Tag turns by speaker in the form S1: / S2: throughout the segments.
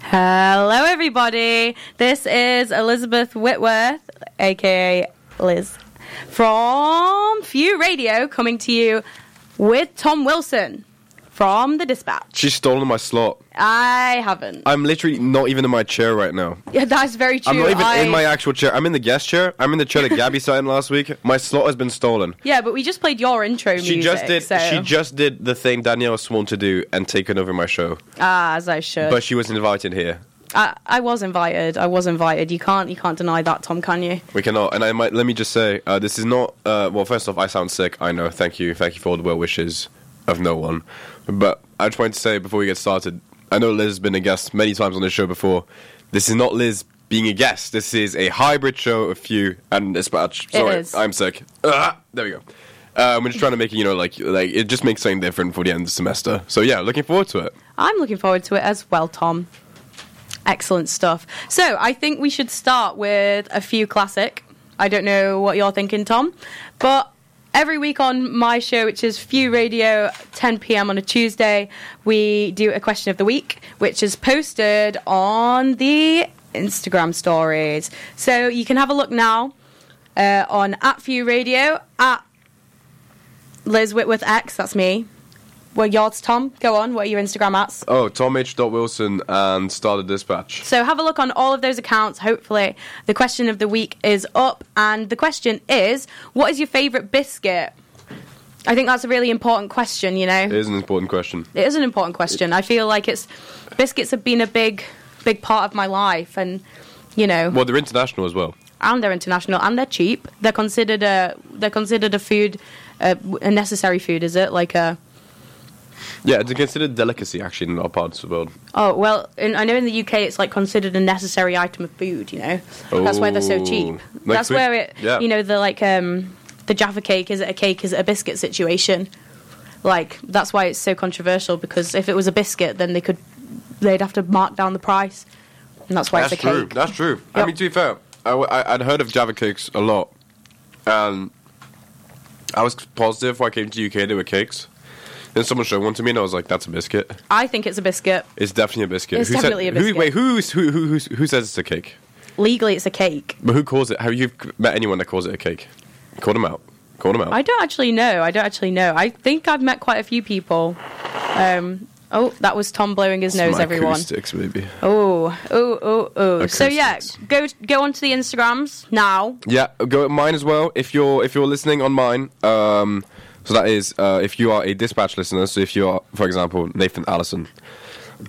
S1: Hello, everybody. This is Elizabeth Whitworth, aka Liz, from Few Radio, coming to you with Tom Wilson from The Dispatch.
S2: She's stolen my slot.
S1: I haven't.
S2: I'm literally not even in my chair right now.
S1: Yeah, that's very true.
S2: I'm not even
S1: I-
S2: in my actual chair. I'm in the guest chair. I'm in the chair that Gabby sat in last week. My slot has been stolen.
S1: yeah, but we just played your intro
S2: She
S1: music.
S2: just did.
S1: so-
S2: She just did the thing Danielle sworn to do and taken over my show.
S1: ah, as I should.
S2: But she was invited here.
S1: I, I was invited. I was invited. You can't. You can't deny that, Tom. Can you?
S2: We cannot. And I might. Let me just say, uh, this is not. Uh, well, first off, I sound sick. I know. Thank you. Thank you for all the well wishes of no one. But I just wanted to say before we get started, I know Liz has been a guest many times on this show before. This is not Liz being a guest. This is a hybrid show of you and dispatch.
S1: It
S2: Sorry,
S1: is.
S2: I'm sick. Ah, there we go. Uh, we're just trying to make it, you know, like like it just makes something different for the end of the semester. So yeah, looking forward to it.
S1: I'm looking forward to it as well, Tom. Excellent stuff. So I think we should start with a few classic. I don't know what you're thinking, Tom, but every week on my show, which is Few Radio, 10 p.m. on a Tuesday, we do a question of the week, which is posted on the Instagram stories. So you can have a look now uh, on at Few Radio at Liz Whitworth X. That's me. Well, yards, Tom. Go on. What are your Instagram ads?
S2: Oh, Tom H. Wilson and started dispatch.
S1: So have a look on all of those accounts. Hopefully, the question of the week is up, and the question is, what is your favourite biscuit? I think that's a really important question. You know,
S2: It is an important question.
S1: it is an important question. I feel like it's biscuits have been a big, big part of my life, and you know,
S2: Well, they're international as well.
S1: and they're international and they're cheap. They're considered a they're considered a food, a, a necessary food. Is it like a
S2: Yeah, it's a considered delicacy actually in our parts of the world.
S1: Oh well, in, I know in the UK it's like considered a necessary item of food. You know, that's why they're so
S2: Oh.
S1: cheap.
S2: Like
S1: that's
S2: sweet-
S1: where it,
S2: yeah.
S1: you know, the like um, the Jaffa cake is it a cake? Is it a biscuit situation? Like that's why it's so controversial because if it was a biscuit, then they could they'd have to mark down the price, and that's why
S2: That's
S1: it's a
S2: true.
S1: cake.
S2: That's true. I
S1: Yep.
S2: mean, to be fair, I, w- I, would heard of Java cakes a lot, and I was positive when I came to UK they were cakes. Then someone showed one to me, and I was like, "That's a biscuit.
S1: I think it's a biscuit.
S2: It's definitely a biscuit."
S1: It's
S2: who
S1: definitely a
S2: said,
S1: biscuit.
S2: Who, wait, who's, who who who's, who says it's a cake?
S1: Legally, it's a cake.
S2: But who calls it? Have you met anyone that calls it a cake? Call them out. Call them out.
S1: I don't actually know. I don't actually know. I think I've met quite a few people. Um, oh, that was Tom blowing his nose.
S2: My
S1: Everyone.
S2: Acoustics, maybe.
S1: Oh, oh, oh, oh. So yeah,
S2: Acoustics.
S1: go go onto the Instagrams now.
S2: Yeah, go at mine as well. If you're if you're listening on mine, um, so that is uh, if you are a dispatch listener. So if you are, for example, Nathan Allison,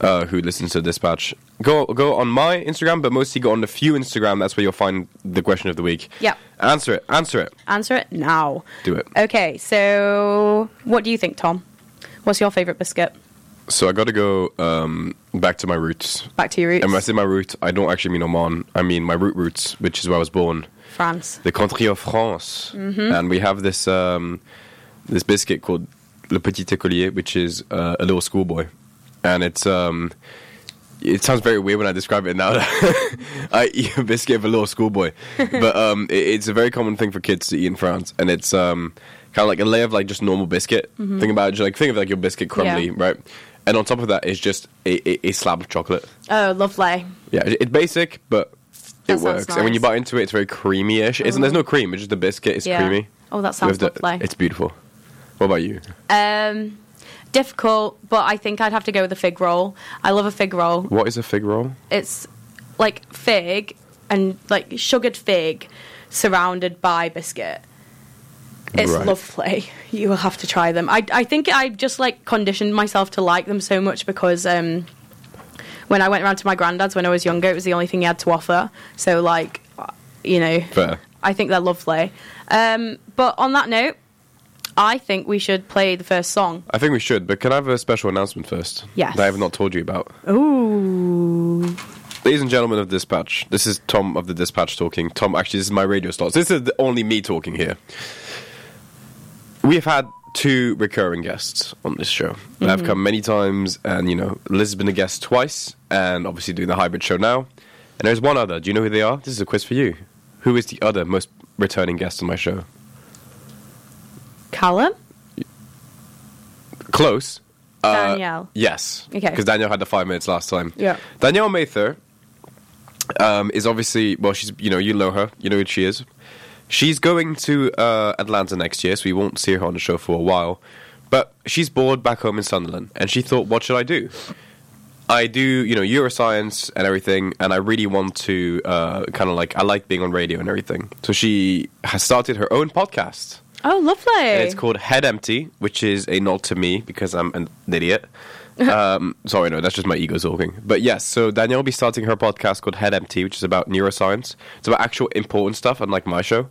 S2: uh, who listens to dispatch, go go on my Instagram, but mostly go on the few Instagram. That's where you'll find the question of the week.
S1: Yep.
S2: answer it, answer it,
S1: Answer it now.
S2: do it.
S1: Okay, so what do you think, Tom? What's your favorite biscuit?
S2: So I got to go um, back to my roots.
S1: Back to your roots,
S2: And when I say my roots, I don't actually mean Oman. I mean my root roots, which is where I was born.
S1: France.
S2: the country of France, and we have this um, this biscuit called le petit écolier, which is uh, a little schoolboy, and it's um, it sounds very weird when I describe it now. that I eat a biscuit of a little schoolboy, but um, it, it's a very common thing for kids to eat in France, and it's um, kind of like a layer of like just normal biscuit. Think about it, just like think of like your biscuit crumbly,
S1: Yeah.
S2: right? And on top of that is just a, a, a slab of chocolate.
S1: Oh, lovely.
S2: Yeah, it- it's basic, but
S1: That
S2: it
S1: sounds
S2: works. And when you
S1: nice. Oh.
S2: bite into it, it's very creamy-ish. It's, there's no cream; it's just the biscuit. It's
S1: Yeah.
S2: creamy.
S1: Oh, that
S2: With
S1: sounds
S2: the-
S1: lovely.
S2: It's beautiful. What about you?
S1: Um, difficult, but I think I'd have to go with a fig roll. I love a fig roll.
S2: What is a fig roll?
S1: It's like fig and like sugared fig, surrounded by biscuit. It's
S2: Right.
S1: lovely. You will have to try them. I, I think I just like conditioned myself to like them so much because um, when I went round to my granddad's when I was younger, it was the only thing he had to offer. So like, uh, you know,
S2: Fair.
S1: I think they're lovely. Um, but on that note, I think we should play the first song.
S2: I think we should, but can I have a special announcement first?
S1: Yes.
S2: That I have not told you about.
S1: Ooh,
S2: Ladies and gentlemen of Dispatch, this is Tom of the Dispatch talking. Tom, actually, this is my radio slot. This is the, only me talking here. We have had two recurring guests on this show. They have come many times, and you know, Liz has been a guest twice, and obviously doing the hybrid show now. And there's one other. Do you know who they are? This is a quiz for you. Who is the other most returning guest on my show?
S1: Callum.
S2: Close.
S1: Danielle.
S2: Uh, Yes.
S1: Okay.
S2: Because Danielle had the five minutes last time.
S1: Yeah.
S2: Danielle Mather um, is obviously well. She's you know you know her. You know who she is. She's going to uh, Atlanta next year, so we won't see her on the show for a while. But she's bored back home in Sunderland, and she thought, "What should I do? I do you know Euroscience and everything, and I really want to uh, kind of like I like being on radio and everything." So she has started her own podcast.
S1: Oh, lovely.
S2: And it's called Head Empty, which is a nod to me because I'm an idiot. um, sorry, no, that's just my ego talking. But yes, so Danielle will be starting her podcast called Head Empty, which is about neuroscience. It's about actual important stuff, unlike my show.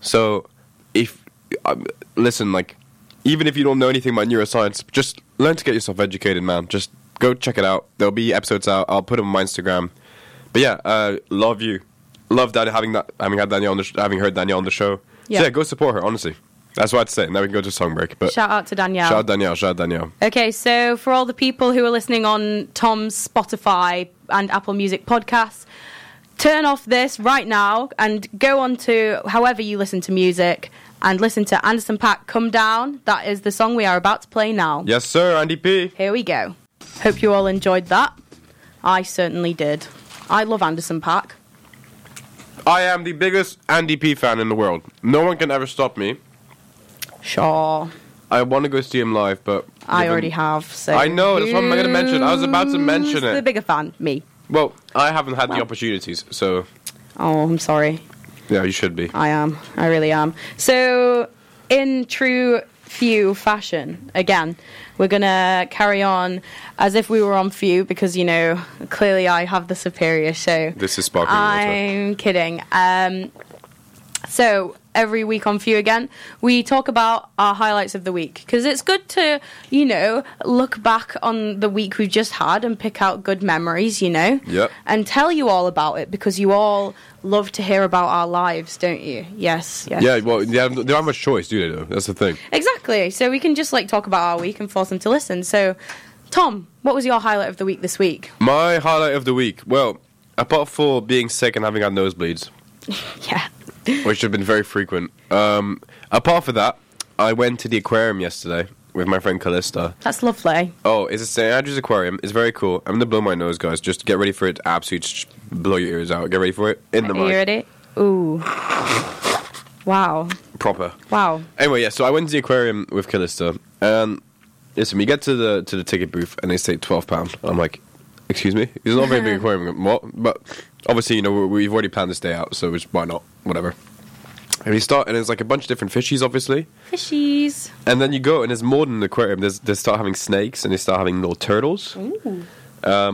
S2: So, if um, listen, like, even if you don't know anything about neuroscience, just learn to get yourself educated, man. Just go check it out. There'll be episodes out. I'll put them on my Instagram. But yeah, uh, love you, love Dan having that having had Danielle on the sh- having heard Danielle on the show.
S1: Yeah.
S2: So yeah, go support her. Honestly, that's what I'd say. Now we can go to a song break. But
S1: Shout out to Danielle.
S2: Shout out Danielle. Shout out Danielle.
S1: Okay, so for all the people who are listening on Tom's Spotify and Apple Music podcasts, turn off this right now and go on to however you listen to music and listen to Anderson Pack Come Down. That is the song we are about to play now.
S2: Yes, sir, Andy P.
S1: Here we go. Hope you all enjoyed that. I certainly did. I love Anderson Pack.
S2: I am the biggest Andy P fan in the world. No one can ever stop me.
S1: Sure.
S2: I want to go see him live, but
S1: I
S2: given-
S1: already have. So
S2: I know, that's what I'm gonna mention. I was about to mention
S1: who's
S2: it.
S1: The bigger fan, me.
S2: Well, I haven't had
S1: Well.
S2: the opportunities, so
S1: Oh, I'm sorry.
S2: yeah, you should be.
S1: I am. I really am. So, in true few fashion, again, we're going to carry on as if we were on few because, you know, clearly I have the superior show.
S2: This is sparkling water.
S1: I'm kidding. Um, so every week on Few again, we talk about our highlights of the week because it's good to, you know, look back on the week we've just had and pick out good memories, you know,
S2: Yep.
S1: and tell you all about it because you all love to hear about our lives, don't you? Yes, yes.
S2: Yeah, well, they have, they don't have much choice, do they? Though that's the thing.
S1: Exactly. So we can just like talk about our week and force them to listen. So, Tom, what was your highlight of the week this week?
S2: My highlight of the week. Well, apart from being sick and having had nosebleeds,
S1: Yeah.
S2: which have been very frequent. Um, apart from that, I went to the aquarium yesterday with my friend Callista.
S1: That's lovely.
S2: Oh, it's a St. Andrew's Aquarium. It's very cool. I'm gonna blow my nose, guys. Just get ready for it. to Absolutely sh- blow your ears out. Get ready for it. In the
S1: Are you
S2: mic.
S1: ready? Ooh. Wow.
S2: Proper.
S1: Wow.
S2: Anyway, yeah. So I went to the aquarium with Callista, and listen, we get to the to the ticket booth, and they say twelve pound. I'm like, excuse me, it's not a very big aquarium. What? But obviously, you know, we- we've already planned this day out, so it's, why not? Whatever. And we start, and there's like a bunch of different fishies, obviously.
S1: Fishies.
S2: And then you go, and there's more than an aquarium. There's, they start having snakes, and they start having little turtles. Um,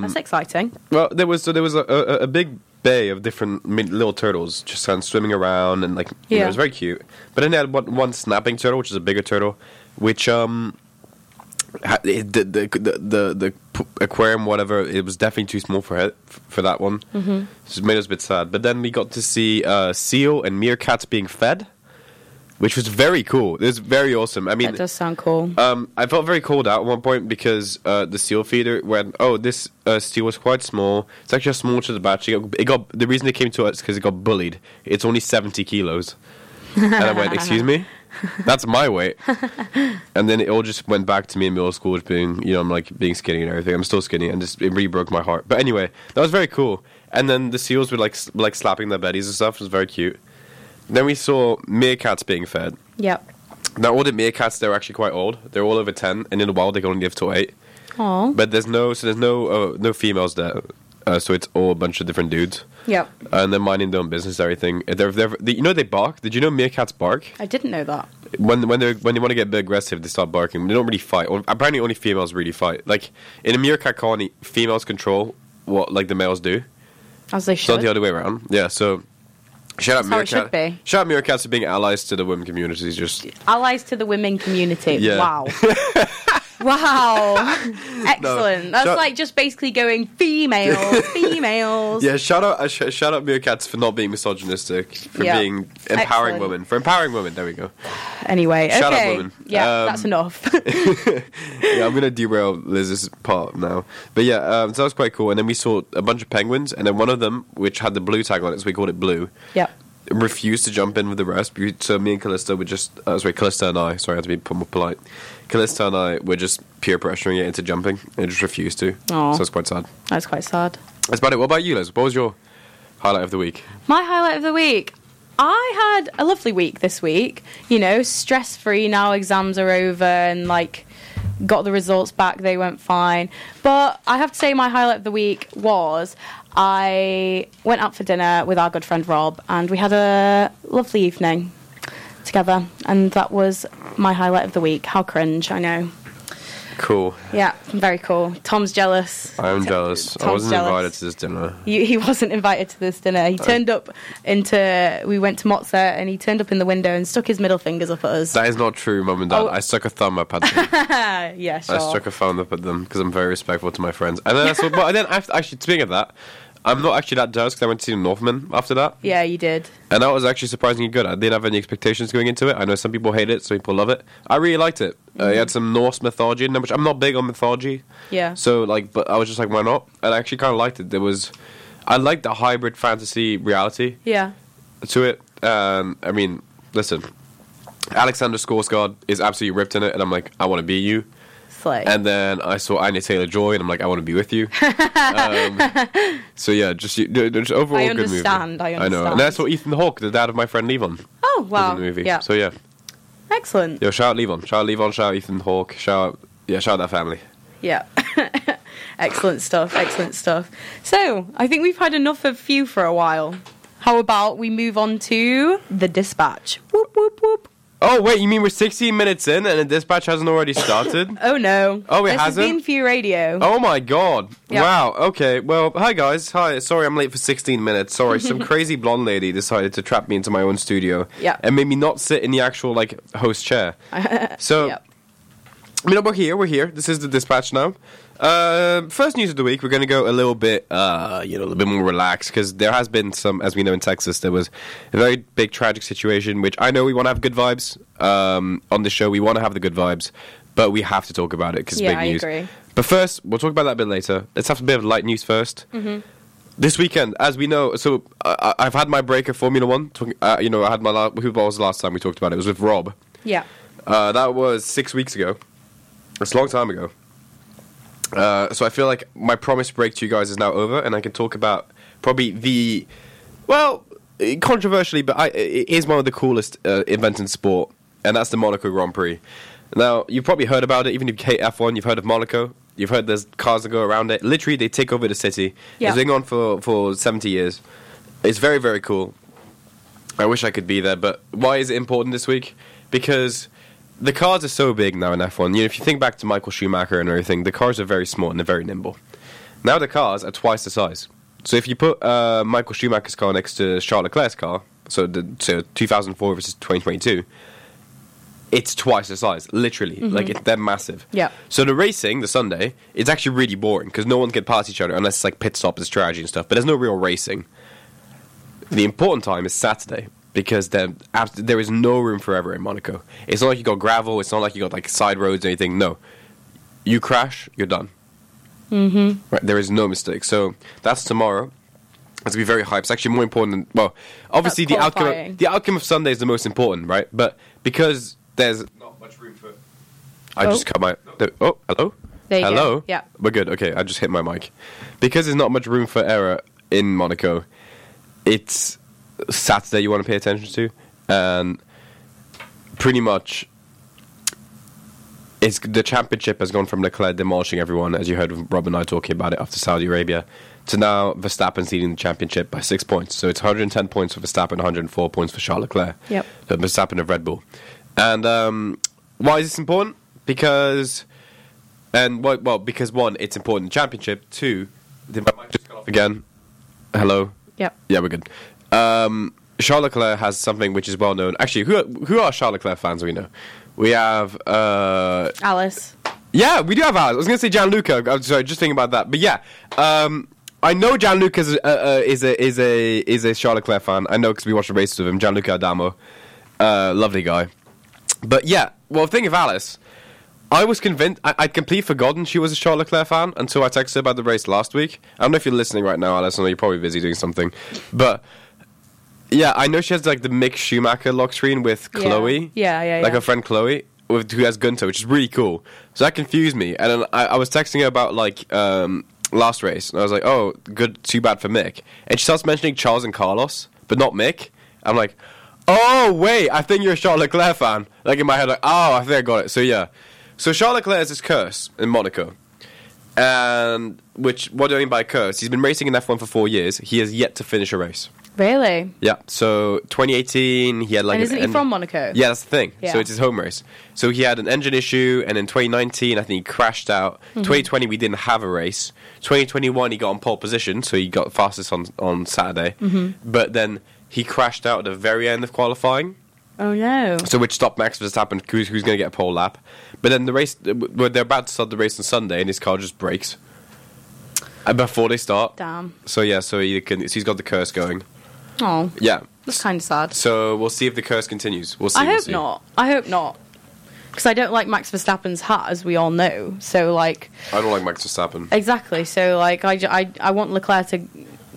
S1: That's exciting.
S2: Well, there was so there was a, a, a big bay of different min- little turtles just kind of swimming around, and like you know,
S1: Yeah.
S2: it was very cute. But then they had one, one snapping turtle, which is a bigger turtle, which um. ha- It, the, the the the the p- aquarium whatever it was definitely too small for it for that one. Mm-hmm. So it made us a bit sad. But then we got to see uh, seal and meerkats being fed, which was very cool. It was very awesome. I mean,
S1: That does sound cool.
S2: um, I felt very cold out at one point because uh, the seal feeder went, oh, this uh, seal was quite small. It's actually a small to the batch. It got, it got the reason it came to us because it got bullied. It's only seventy kilos, and I went, excuse me, that's my weight. and then it all just went back to me in middle school, just being, you know, I'm like being skinny and everything. I'm still skinny, and just it really broke my heart. But anyway, that was very cool. And then the seals were like s- like slapping their bellies and stuff. It was very cute. Then we saw meerkats being fed.
S1: yep.
S2: Now, all the meerkats, they're actually quite old. They're all over 10, and in the wild, they can only live to 8.
S1: Oh.
S2: But there's no so there's no uh, no females there, uh, so it's all a bunch of different dudes. Uh,
S1: Yep.
S2: And they're minding their own business, and everything. Uh, They're, they're, they, you know they bark? Did you know meerkats bark?
S1: I didn't know that.
S2: When when they when they want to get a bit aggressive, they start barking. They don't really fight. Or, apparently, only females really fight. Like, in a meerkat colony, females control what, like, the males do.
S1: As they
S2: It's not
S1: should.
S2: the other way around. Yeah, so... Shout out
S1: That's how it
S2: meerkat.
S1: should be.
S2: Shout out meerkats for being allies to the women communities. Just
S1: Allies to the women community.
S2: Yeah.
S1: Wow. wow. Excellent. That's
S2: Shut-
S1: like just basically going female, females.
S2: Yeah, shout out, uh, sh- shout out meerkats for not being misogynistic, for
S1: Yeah.
S2: being empowering
S1: Excellent.
S2: women, for empowering women. There we go.
S1: Anyway,
S2: Shut up,
S1: okay.
S2: woman.
S1: Yeah,
S2: Um,
S1: that's enough.
S2: Yeah, I'm gonna derail Liz's part now, but yeah, um, so that was quite cool. And then we saw a bunch of penguins, and then one of them, which had the blue tag on it, so we called it blue.
S1: yep.
S2: refused to jump in with the rest. be- So me and Callista were just, uh, sorry, Callista and I, sorry, I had to be p- more polite. Callista and I were just peer pressuring it into jumping. and It just refused to.
S1: Aw.
S2: So it's quite sad.
S1: That's quite sad.
S2: That's about it. What about you, Les? What was your highlight of the week?
S1: My highlight of the week. I had a lovely week this week. You know, stress free now, exams are over and like got the results back, they went fine. But I have to say, my highlight of the week was I went out for dinner with our good friend Rob and we had a lovely evening together. And that was my highlight of the week. How cringe, I know.
S2: Cool.
S1: Yeah, very cool. Tom's jealous.
S2: I am jealous. I
S1: Tom's
S2: wasn't
S1: jealous.
S2: invited to this dinner.
S1: You, he wasn't invited to this dinner. He
S2: Oh.
S1: turned up into. We went to Mozza and he turned up in the window and stuck his middle fingers up at us.
S2: That is not true, Mum and Dad.
S1: Oh.
S2: I stuck a thumb up at them.
S1: Uh, yeah, sure.
S2: I stuck a thumb up at them because I'm very respectful to my friends. And then I saw, but then I, actually, speaking of that, I'm not actually that jealous because I went to see Northman after that.
S1: yeah, you did.
S2: And that was actually surprisingly good. I didn't have any expectations going into it. I know some people hate it, some people love it. I really liked it. Uh, it
S1: Mm-hmm.
S2: had some Norse mythology in there, which I'm not big on mythology.
S1: Yeah.
S2: So like, but I was just like, why not? And I actually kind of liked it. There was, I liked the hybrid fantasy reality
S1: yeah.
S2: to it. Um, I mean, listen, Alexander Skarsgård is absolutely ripped in it, and I'm like, I want to be you.
S1: Slay.
S2: And then I saw Anya Taylor Joy, and I'm like, I want to be with you. um, so yeah, just, you- just overall
S1: I
S2: good movie.
S1: understand, I
S2: I know,
S1: understand.
S2: and that's what Ethan Hawke, the dad of my friend Levon,
S1: oh
S2: was
S1: wow.
S2: in the movie.
S1: Yeah.
S2: So yeah,
S1: Excellent.
S2: yo, shout out Levon, shout out Levon, shout out Ethan Hawke, shout out, yeah, shout out that family.
S1: Yeah. excellent stuff. Excellent stuff. So I think we've had enough of you for a while. How about we move on to the dispatch? Whoop whoop whoop.
S2: Oh wait, you mean we're 16 minutes in and the dispatch hasn't already started?
S1: Oh no.
S2: Oh, it
S1: this
S2: hasn't?
S1: Has been Few Radio.
S2: Oh my god.
S1: Yeah.
S2: Wow. Okay. Well, hi guys. Hi. Sorry I'm late for 16 minutes. Sorry, some crazy blonde lady decided to trap me into my own studio
S1: Yeah.
S2: and made me not sit in the actual like host chair. so
S1: Yeah.
S2: I mean, we're here. We're here. This is the dispatch now. Uh, first news of the week. We're going to go a little bit, uh, you know, a little bit more relaxed because there has been some, as we know, in Texas, there was a very big tragic situation. Which I know we want to have good vibes um, on the show. We want to have the good vibes, but we have to talk about it because
S1: Yeah,
S2: big
S1: I
S2: news.
S1: agree.
S2: But first, we'll talk about that a bit later. Let's have a bit of light news 1st
S1: Mm-hmm.
S2: This weekend, as we know, so I I- I've had my break of Formula One. Talking, uh, you know, I had my la- who was the last time we talked about it? It was with Rob.
S1: Yeah.
S2: Uh, that was six weeks ago. It's a long time ago. Uh, so I feel like my promised break to you guys is now over, and I can talk about probably the well, eh, controversially, but I, it is one of the coolest uh, events in sport, and that's the Monaco Grand Prix. Now you've probably heard about it, even if you hate F1, you've heard of Monaco. You've heard there's cars that go around it. Literally, they take over the city.
S1: Yeah.
S2: It's been on for for seventy years. It's very very cool. I wish I could be there, but why is it important this week? Because the cars are so big now in F1. You know, if you think back to Michael Schumacher and everything, the cars are very small and they're very nimble. Now the cars are twice the size. So if you put uh, Michael Schumacher's car next to Charles Leclerc's car, so the so 2004 versus 2022, it's twice the size, literally. Like it, they're massive.
S1: Yeah.
S2: So the racing, the Sunday, it's actually really boring because no one can pass each other unless it's like pit stops and strategy and stuff. But there's no real racing. The important time is Saturday because there abs- there is no room for ever in Monaco. It's not like you got gravel. It's not like you got like side roads or anything. No, you crash, you're done. Mm-hmm. Right, there is no mistake. So that's tomorrow. It's gonna be very hype. It's actually more important than well, obviously the
S1: That's
S2: outcome
S1: qualifying.
S2: the outcome of Sunday is the most important, right? But because there's not much room for. I
S1: Oh.
S2: just cut my. Oh, hello.
S1: There you go.
S2: hello.
S1: Yeah.
S2: We're good. Okay, I just hit my mic. Because there's not much room for error in Monaco, it's Saturday you want to pay attention to, and pretty much it's the championship has gone from Leclerc demolishing everyone, as you heard Rob and I talking about it after Saudi Arabia, to now Verstappen's leading the championship by six points. So it's 110 points for Verstappen, 104 points for Charles Leclerc.
S1: Yep.
S2: So Verstappen of Red Bull. And um, why is this important? Because and well, well, because one, it's important in championship. Two, did my mic just cut off again? Hello.
S1: Yep.
S2: Yeah, we're good. Um, Charles Leclerc has something which is well known. Actually, who are, who are Charles Leclerc fans? We know. We have. Uh,
S1: Alice.
S2: yeah, we do have ours. I was going to say Gianluca. I'm sorry, just thinking about that. But yeah, um, I know Gianluca is, uh, uh, is a is a is a Charles Leclerc fan. I know because we watched the races with him. Gianluca Adamo, uh, lovely guy. But yeah, well, thing of Alice, I was convinced I, I'd completely forgotten she was a Charles Leclerc fan until I texted her about the race last week. I don't know if you're listening right now, Alice. I know you're probably busy doing something, but Yeah, I know she has like the Mick Schumacher lock screen with
S1: Yeah.
S2: Chloe.
S1: Yeah, yeah,
S2: Like
S1: yeah.
S2: her friend Chloe, with who has Gunter, which is really cool. So that confused me, and then I, I was texting her about like um, last race, and I was like, "Oh, good, too bad for Mick." And she starts mentioning Charles and Carlos, but not Mick. I'm like, "Oh wait, I think you're a Charles Leclerc fan." Like in my head, like, "Oh, I think I got it." So yeah, so Charles Leclerc is this curse in Monaco. And which, what do I mean by curse? He's been racing in F1 for four years. He has yet to finish a race.
S1: Really?
S2: Yeah. So 2018, he had like.
S1: and
S2: an
S1: isn't he
S2: en-
S1: from Monaco?
S2: Yeah, that's the thing.
S1: Yeah.
S2: So it's his home race. So he had an engine issue, and in 2019, I think he crashed out.
S1: Mm-hmm.
S2: 2020, we didn't have a race. 2021, he got on pole position, so he got fastest on on Saturday.
S1: Mm-hmm.
S2: But then he crashed out at the very end of qualifying.
S1: Oh no.
S2: So which stopped Max Verstappen, who's, who's going to get a pole lap. But then the race, well, they're about to start the race on Sunday, and his car just breaks Uh, before they start.
S1: Damn.
S2: So yeah, so he can, so he's got the curse going.
S1: Oh,
S2: Yeah.
S1: that's kind of sad.
S2: So we'll see if the curse continues. We'll see.
S1: I
S2: we'll
S1: hope
S2: see.
S1: not. I hope not. Because I don't like Max Verstappen's hat, as we all know. So, like,
S2: I don't like Max Verstappen.
S1: exactly. So, like, I, ju- I, I want Leclerc to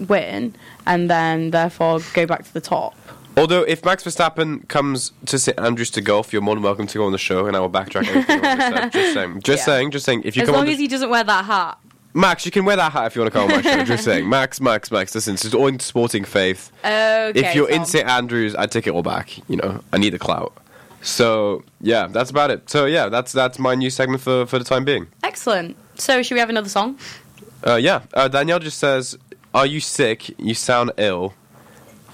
S1: win and then therefore go back to the top.
S2: Although, if Max Verstappen comes to St Andrews to golf, you're more than welcome to go on the show, and I will backtrack everything. I just said. just saying, just
S1: Yeah.
S2: saying, just saying. If you
S1: as
S2: come on,
S1: long
S2: the
S1: as he doesn't wear that hat.
S2: Max, you can wear that hat if you want to come on my show. just saying, Max, Max, Max. Listen, it's all in sporting faith.
S1: Okay.
S2: if you're in
S1: Tom.
S2: St Andrews, I take it all back. You know, I need the clout. So yeah, that's about it. So yeah, that's that's my new segment for for the time being.
S1: Excellent. So, should we have another song?
S2: Uh, yeah, uh, Danielle just says, "Are you sick? You sound ill."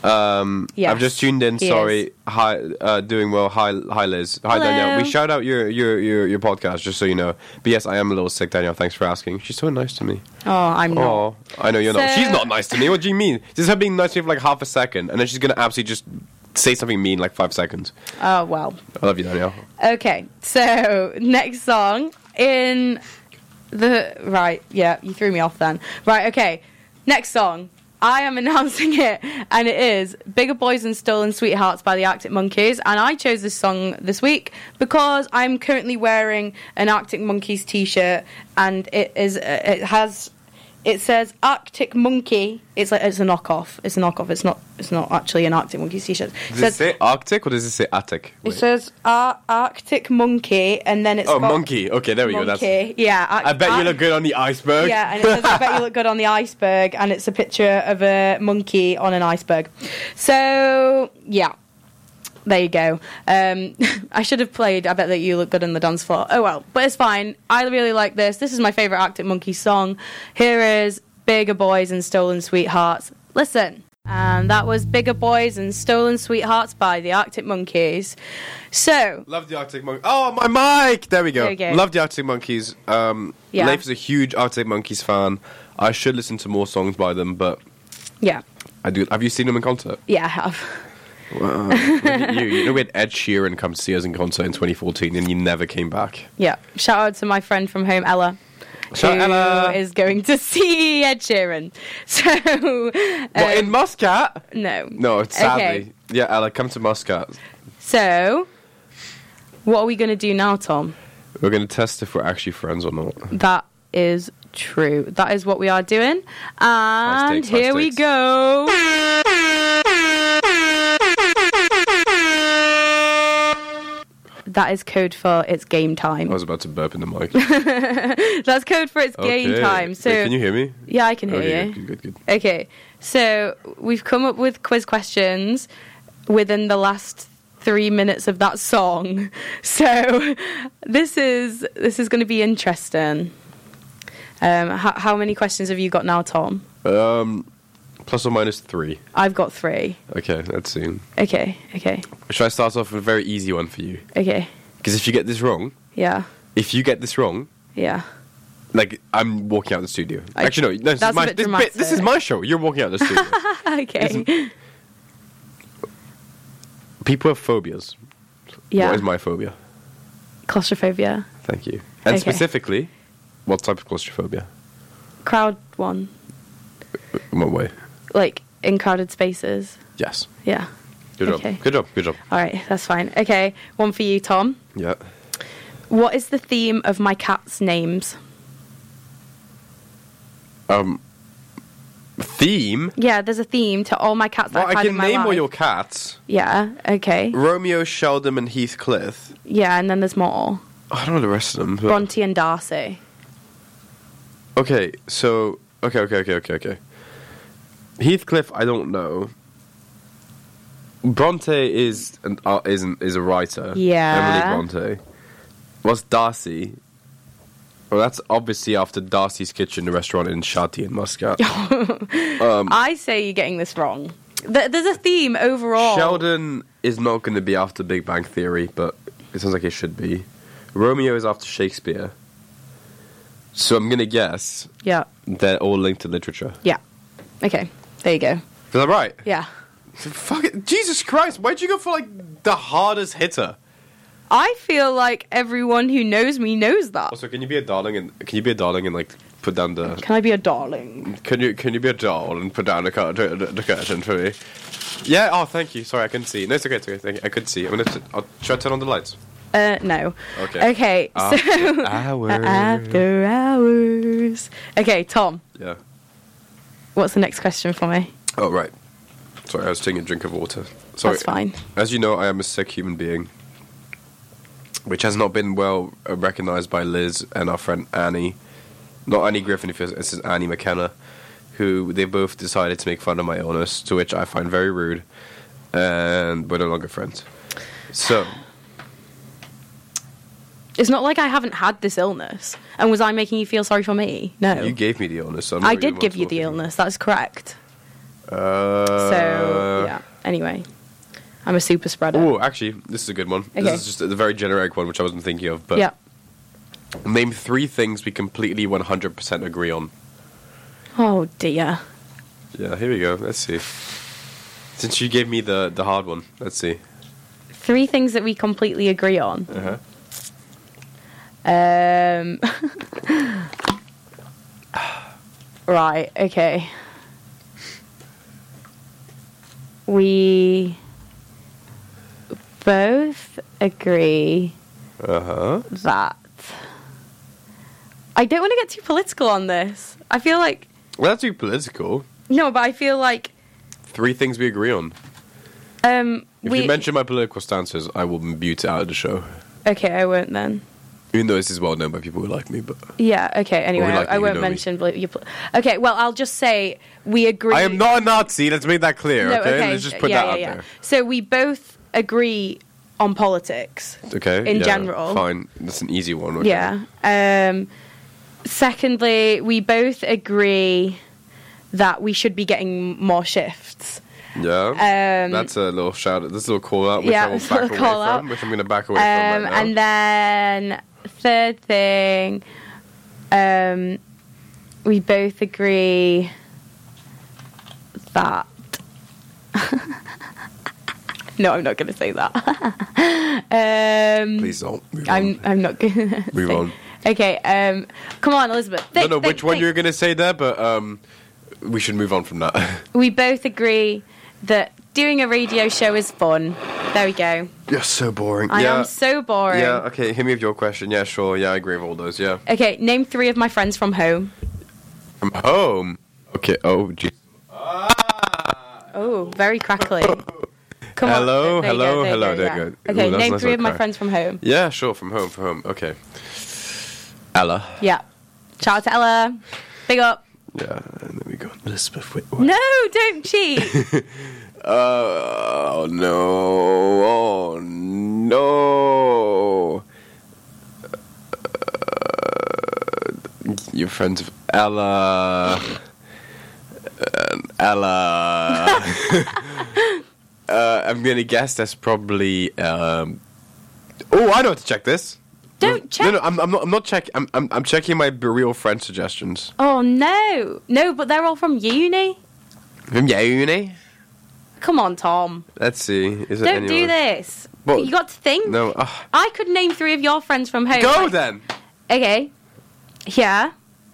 S1: Yes.
S2: I've just tuned in.
S1: He
S2: Sorry.
S1: is.
S2: Hi, uh, doing well. Hi, hi, Liz. Hi,
S1: Hello.
S2: Danielle. We shout out your, your your your podcast just so you know. But yes, I am a little sick, Danielle. Thanks for asking. She's so nice to me.
S1: Oh, I'm not.
S2: Oh, I know you're not.
S1: So-
S2: She's not nice to me. What do you mean? This is her being nice to me for like half a second, and then she's gonna absolutely just say something mean like five seconds.
S1: Oh, well.
S2: I love you, Danielle.
S1: Okay, so next song in the right, yeah, you threw me off then. Right, okay, next song. I am announcing it, and it is Bigger Boys and Stolen Sweethearts by the Arctic Monkeys. And I chose this song this week because I'm currently wearing an Arctic Monkeys t shirt, and it is, uh, it has, it says Arctic Monkey. It's like, it's a knockoff. It's a knockoff. It's not, it's not actually an Arctic Monkeys t shirt.
S2: Does it say Arctic or does it say Attic?
S1: It
S2: Wait.
S1: says Ar- Arctic monkey, and then it's
S2: oh,
S1: got
S2: monkey. Okay, there we go. That's.
S1: monkey. yeah. Ar-
S2: I bet you
S1: Ar-
S2: look good on the iceberg.
S1: Yeah, and it says I bet you look good on the iceberg, and it's a picture of a monkey on an iceberg. So yeah, there you go. Um, I should have played. I bet that you look good on the dance floor. Oh well, but it's fine. I really like this. This is my favorite Arctic Monkey song. Here is Bigger Boys and Stolen Sweethearts. Listen. And that was Bigger Boys and Stolen Sweethearts by the Arctic Monkeys. So,
S2: Love the Arctic Monkeys. Oh, my mic! There we go.
S1: There we go.
S2: Love the Arctic Monkeys. Um,
S1: Yeah.
S2: Leif is a huge Arctic Monkeys fan. I should listen to more songs by them, but
S1: yeah.
S2: I do. Have you seen them in concert?
S1: Yeah, I have.
S2: Wow. Look at you. You know, we had Ed Sheeran come to see us in concert in 2014, and you never came back.
S1: Yeah. Shout out to my friend from home, Ella.
S2: Shout
S1: who
S2: out Ella.
S1: is going to see Ed Sheeran. So,
S2: what
S1: um,
S2: in Muscat?
S1: no.
S2: No, sadly.
S1: Okay.
S2: Yeah, Ella, come to Muscat.
S1: So, what are we going to do now, Tom?
S2: We're gonna test if we're actually friends or not.
S1: That is true. That is what we are doing. And
S2: takes, nice
S1: here we
S2: takes.
S1: go. That is code for it's game
S2: I
S1: time.
S2: was about to burp in the mic.
S1: That's code for it's game
S2: Okay.
S1: time.
S2: Wait,
S1: So
S2: can you hear me?
S1: yeah, I can hear
S2: okay,
S1: you.
S2: Good, good, good.
S1: Okay, so we've come up with quiz questions within the last three minutes of that song. So this is this is going to be interesting. Um, how, how many questions have you got now, Tom?
S2: Plus or minus three.
S1: I've got three.
S2: Okay, let's see.
S1: Okay, okay,
S2: Should I start off with a very easy one for you?
S1: okay.
S2: Because if you get this wrong,
S1: Yeah,
S2: if you get this wrong,
S1: yeah.
S2: like I'm walking out of the studio.
S1: I-
S2: Actually, no, no, this
S1: That's
S2: is
S1: a
S2: my
S1: bit
S2: this, bit, this is
S1: dramatic.
S2: my show. You're walking out of the studio.
S1: Okay.
S2: People have phobias.
S1: Yeah.
S2: What is my phobia?
S1: Claustrophobia.
S2: Thank you. And
S1: Okay.
S2: specifically, what type of claustrophobia?
S1: Crowd one.
S2: In what way?
S1: Like in crowded spaces.
S2: Yes.
S1: Yeah.
S2: Good
S1: Okay.
S2: job. Good job. Good job.
S1: All right, that's fine. Okay, one for you, Tom.
S2: Yeah.
S1: What is the theme of my cat's names?
S2: theme.
S1: Yeah, there's a theme to all my cats that
S2: Well,
S1: I've
S2: Oh, I
S1: had
S2: can
S1: in my
S2: name all
S1: life.
S2: your cats:
S1: Yeah, okay.
S2: Romeo, Sheldon, and Heathcliff.
S1: Yeah, and then there's more.
S2: I don't know the rest of them. but-
S1: Bronte and Darcy.
S2: Okay, so okay, okay, okay, okay, okay. Heathcliff, I don't know. Bronte is an uh, isn't is a writer.
S1: Yeah.
S2: Emily Bronte. What's Darcy? Well, that's obviously after Darcy's Kitchen, the restaurant in Shati in Muscat. Um,
S1: I say you're getting this wrong. Th- there's a theme overall.
S2: Sheldon is not going to be after Big Bang Theory, but it sounds like it should be. Romeo is after Shakespeare. So I'm going to guess
S1: Yeah,
S2: they're all linked to literature.
S1: yeah. Okay, there you go.
S2: Is that right?
S1: Yeah.
S2: Fuck it. Jesus Christ, why'd you go for like the hardest hitter?
S1: I feel like everyone who knows me knows that.
S2: Also, can you be a darling and can you be a darling and like put down the
S1: Can I be a darling?
S2: can you can you be a doll and put down the curtain, the curtain for me? Yeah. Oh, thank you. Sorry, I couldn't see. No, it's okay. It's okay. Thank you. I could see. I'm gonna. T- I'll try to turn on the lights. Ah,
S1: Uh, no.
S2: Okay.
S1: Okay, so. uh,
S2: Hours.
S1: After hours. Okay, Tom,
S2: Yeah.
S1: what's the next question for me?
S2: Oh right. Sorry, I was taking a drink of water. Sorry.
S1: That's fine.
S2: As you know, I am a sick human being, which has not been well uh, recognized by Liz and our friend Annie. Not Annie Griffin, if you're- this is Annie McKenna, who they both decided to make fun of my illness, to which I find very rude, and we're no longer friends. So,
S1: It's not like I haven't had this illness. And was I making you feel sorry for me? No.
S2: you gave me the illness. So I'm not
S1: Oh. I
S2: even
S1: did give you the
S2: talking.
S1: illness. That's correct.
S2: Uh,
S1: so, yeah. Anyway, I'm a super spreader.
S2: Oh, actually, this is a good one.
S1: Okay.
S2: This is just a very generic one, which I wasn't thinking of. But
S1: yeah.
S2: name three things we completely 100% agree on.
S1: Oh, dear.
S2: Yeah, here we go. Let's see. Since you gave me the the hard one, let's see.
S1: Three things that we completely agree on.
S2: Uh-huh.
S1: Um, right, okay. We both agree
S2: Uh huh.
S1: that. I don't want to get too political on this. I feel like.
S2: Well, that's too political.
S1: No, but I feel like.
S2: Three things we agree on.
S1: Um,
S2: If
S1: we,
S2: you mention my political stances, I will mute it out of the show.
S1: Okay, I won't then.
S2: Even though this is well known by people who like me, but
S1: Yeah, okay, anyway,
S2: like
S1: I, I
S2: you,
S1: won't
S2: don't we?
S1: mention. bl- Your, pl- okay, well, I'll just say we agree.
S2: I am not a Nazi. Let's make that clear.
S1: No,
S2: okay? let's just put
S1: yeah,
S2: that
S1: yeah,
S2: out
S1: yeah. So we both agree on politics.
S2: there. Okay.
S1: In
S2: yeah,
S1: general.
S2: Fine. That's an easy one. okay.
S1: Yeah. Um, secondly, we both agree that we should be getting more shifts.
S2: Yeah.
S1: Um,
S2: that's a little shout. This little call out, which
S1: Yeah,
S2: I will
S1: it's a little
S2: back away
S1: call out.
S2: from, which I'm going to back away
S1: Um,
S2: from right now.
S1: and then third thing, um, we both agree that. no, I'm not going to say that. um,
S2: Please don't. Move
S1: I'm
S2: on.
S1: I'm not gonna
S2: Move
S1: say.
S2: on.
S1: Okay, um, come on, Elizabeth.
S2: I
S1: Think,
S2: don't know
S1: think,
S2: which one
S1: think.
S2: you're going to say there, but um, we should move on from that.
S1: We both agree that doing a radio show is fun. There we go.
S2: You're so boring.
S1: I
S2: yeah.
S1: am so boring.
S2: Yeah, okay, hit me with your question. Yeah, sure. Yeah, I agree with all those. Yeah.
S1: Okay, name three of my friends from home.
S2: From home. Okay, oh, geez. Ah!
S1: Oh, very crackly. Come
S2: Hello,
S1: on. There you go, there you
S2: hello, hello,
S1: go,
S2: there you
S1: yeah.
S2: go. Ooh,
S1: Okay,
S2: that's
S1: name
S2: nice
S1: three
S2: little
S1: of my
S2: crack.
S1: friends from home.
S2: Yeah, sure, from home, from home. Okay. Ella.
S1: Yeah. Shout out to Ella. Big up.
S2: Yeah, and then we got Elizabeth Whitworth.
S1: No, don't cheat.
S2: Oh, no. Oh, no. Uh, you're friends with Ella. And Ella. uh, I'm going to guess that's probably. Um, oh, I know how to check this.
S1: Don't
S2: No, no,
S1: check.
S2: I'm, I'm not. I'm not checking. I'm, I'm, I'm checking my real friend suggestions
S1: oh no, no, but they're all from uni.
S2: from uni.
S1: Come on, Tom.
S2: Let's see. Is it
S1: Don't do
S2: anyone?
S1: this.
S2: What?
S1: You got to think.
S2: No. ah.
S1: I could name three of your friends from home.
S2: Go
S1: Like-
S2: then.
S1: Okay. Yeah.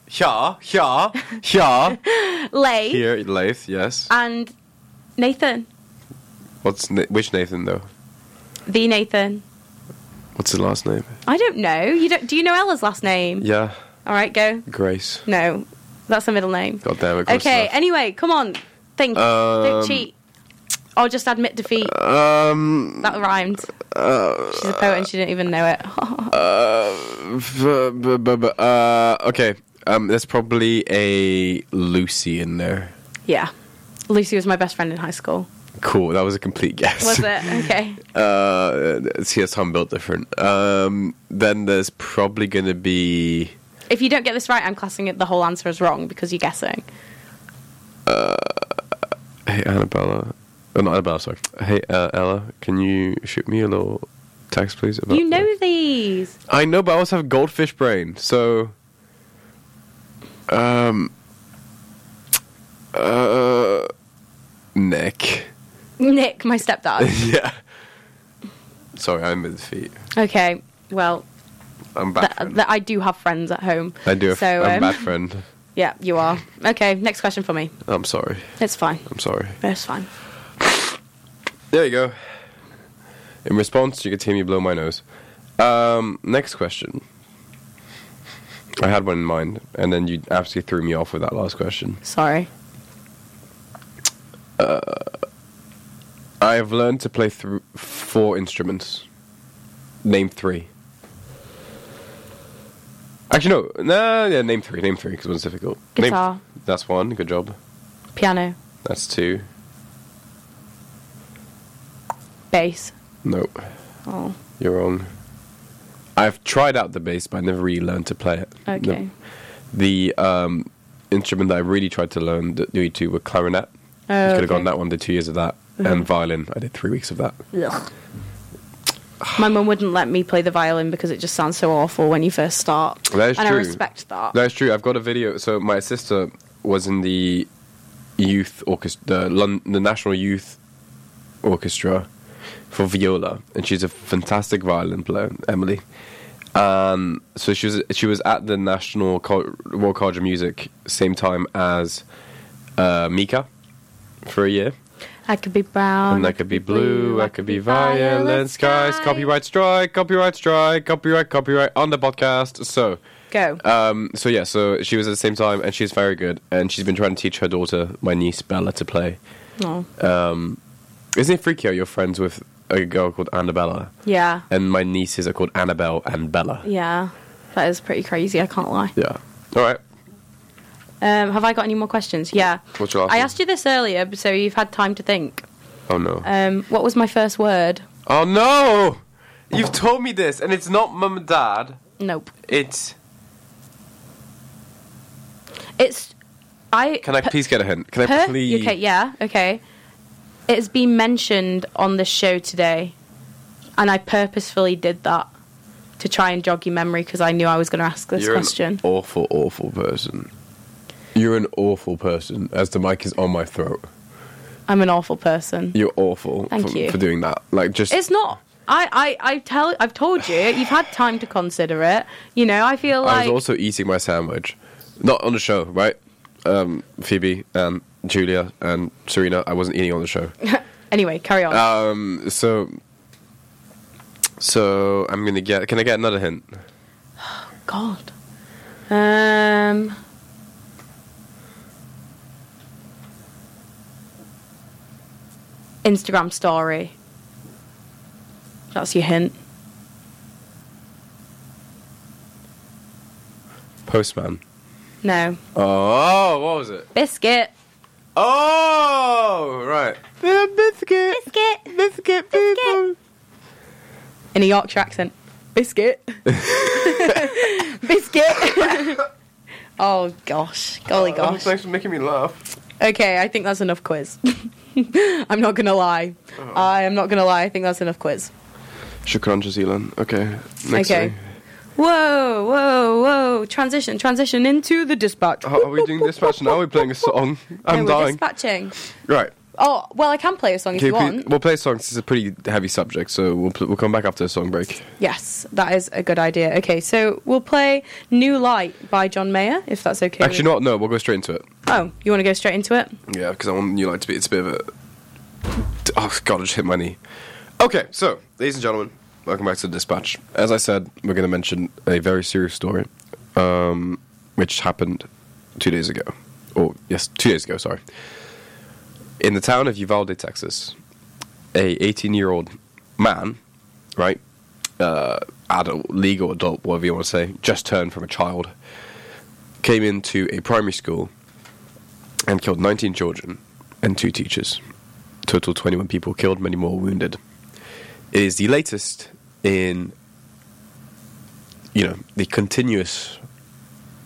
S2: Here, here, here.
S1: Lay
S2: Here, Leith, yes.
S1: and Nathan.
S2: What's Na- which Nathan though?
S1: The Nathan.
S2: What's his last name?
S1: I don't know. You don't. Do you know Ella's last name?
S2: Yeah,
S1: All right, go.
S2: Grace.
S1: No. That's a middle name.
S2: God damn it. close
S1: Okay.
S2: enough.
S1: Anyway, come on. Think.
S2: Um,
S1: Don't cheat. Or just admit defeat.
S2: Um, uh,
S1: that rhymed. She's a poet and she didn't even know it.
S2: v- b- b- b- uh, okay. Um, there's probably a Lucy in there.
S1: yeah. Lucy was my best friend in high school.
S2: Cool. That was a complete guess.
S1: Was it? Okay.
S2: Uh, CS Home built different. Um, then there's probably going to be.
S1: If you don't get this right, I'm classing it the whole answer as wrong because you're guessing.
S2: Hey, Annabella. Oh, not Annabella, sorry. Hey, uh, Ella, can you shoot me a little text, please? About
S1: You know these.
S2: I know, but I also have goldfish brain, so. Um. Uh. Nick.
S1: Nick, my stepdad.
S2: yeah. Sorry, I'm with feet.
S1: okay. Well,
S2: I'm bad.
S1: th-
S2: friend.
S1: th- I do have friends at home.
S2: I do.
S1: So,
S2: I'm
S1: um,
S2: bad friend.
S1: Yeah, you are. Okay, next question for me.
S2: I'm sorry.
S1: It's fine.
S2: I'm sorry.
S1: It's fine.
S2: There you go. In response, you could hear me blow my nose. Um, next question. I had one in mind, and then you absolutely threw me off with that last question.
S1: Sorry.
S2: I've learned to play th- four instruments. Name three. Actually, no. No, yeah, name three. Name three, because one's difficult. Name-
S1: Guitar.
S2: that's one. Good job.
S1: Piano,
S2: That's two.
S1: bass.
S2: Nope.
S1: Oh,
S2: You're wrong. I've tried out the bass, but I never really learned to play it.
S1: okay.
S2: No. The um, instrument that I really tried to learn that you two were clarinet.
S1: Oh,
S2: you could have
S1: okay. Uh-huh.
S2: gone that one, did two years of that, and violin. I did three weeks of that.
S1: Ugh. My mum wouldn't let me play the violin because it just sounds so awful when you first start.
S2: That is
S1: and I
S2: true.
S1: respect that.
S2: That's true. I've got a video. So my sister was in the youth orchestra, the, Lon- the National Youth Orchestra for viola, and she's a fantastic violin player, Emily. Um, so she was she was at the National Co- Royal College of Music same time as uh, Mika for a year.
S1: I could be brown.
S2: And I could be blue, I could be violent skies. Copyright strike, copyright strike, copyright, copyright on the podcast. So,
S1: Go.
S2: um, so yeah, so she was at the same time, and she's very good, and she's been trying to teach her daughter, my niece Bella, to play.
S1: Oh.
S2: Isn't it freaky how you're friends with a girl called Annabella,
S1: yeah.
S2: and my nieces are called Annabelle and Bella?
S1: Yeah. That is pretty crazy, I can't lie.
S2: Yeah. All right.
S1: Um, have I got any more questions? Yeah.
S2: What's your last
S1: I
S2: one?
S1: asked you this earlier, so you've had time to think.
S2: Oh no.
S1: Um, what was my first word?
S2: oh no! You've told me this, and it's not mum and dad.
S1: Nope.
S2: It's.
S1: It's. I.
S2: Can I
S1: pe-
S2: please get a hint? Can I
S1: per-
S2: please?
S1: Okay, yeah, okay. It's been mentioned on the show today, and I purposefully did that to try and jog your memory because I knew I was going to ask this
S2: You're
S1: question.
S2: an awful, awful person. You're an awful person. As the mic is on my throat,
S1: I'm an awful person.
S2: you're awful.
S1: Thank
S2: for,
S1: you.
S2: for doing that. Like just.
S1: It's not. I, I, I tell. I've told you. You've had time to consider it. You know. I feel
S2: I
S1: like.
S2: was also eating my sandwich, not on the show, right? Um, Phoebe and Julia and Serena. I wasn't eating on the show,
S1: anyway, carry on.
S2: so so I'm gonna get. Can I get another hint?
S1: God. Um. Instagram story. That's your hint.
S2: Postman.
S1: No.
S2: Oh, what was it?
S1: Biscuit.
S2: Oh, right. The biscuit,
S1: Biscuit. Oh
S2: biscuit, people.
S1: In a Yorkshire accent. Biscuit. Biscuit. oh gosh. Golly gosh.
S2: thanks for making me laugh.
S1: Okay, I think that's enough quiz. I'm not gonna lie. I am not gonna lie, I think that's enough quiz.
S2: Shukran Jazilan. Okay. Next
S1: Okay.
S2: thing.
S1: Whoa, whoa, whoa. Transition, transition into the dispatch.
S2: How- Oh, Are we doing dispatch now? Are we playing a song?
S1: no,
S2: I'm
S1: we're
S2: dying.
S1: dispatching.
S2: Right.
S1: Oh, well, I can play a song if
S2: Okay,
S1: you
S2: we-
S1: want.
S2: we'll play songs. This is a pretty heavy subject, so we'll pl- we'll come back after a song break.
S1: Yes, that is a good idea. Okay, so we'll play New Light by John Mayer, if that's okay.
S2: Actually, not. No, we'll go straight into it.
S1: Oh, you want to go straight into it?
S2: Yeah, because I want you like to be. It's a bit of a. Oh god, I just hit my knee. Okay, so ladies and gentlemen, welcome back to the dispatch. As I said, we're going to mention a very serious story, um, which happened two days ago, or yes, two days ago. Sorry. In the town of Uvalde, Texas, a 18-year-old man, right, uh, adult, legal adult, whatever you want to say, just turned from a child, came into a primary school and killed 19 children and two teachers. Total 21 people killed, many more wounded. It is the latest in, you know, the continuous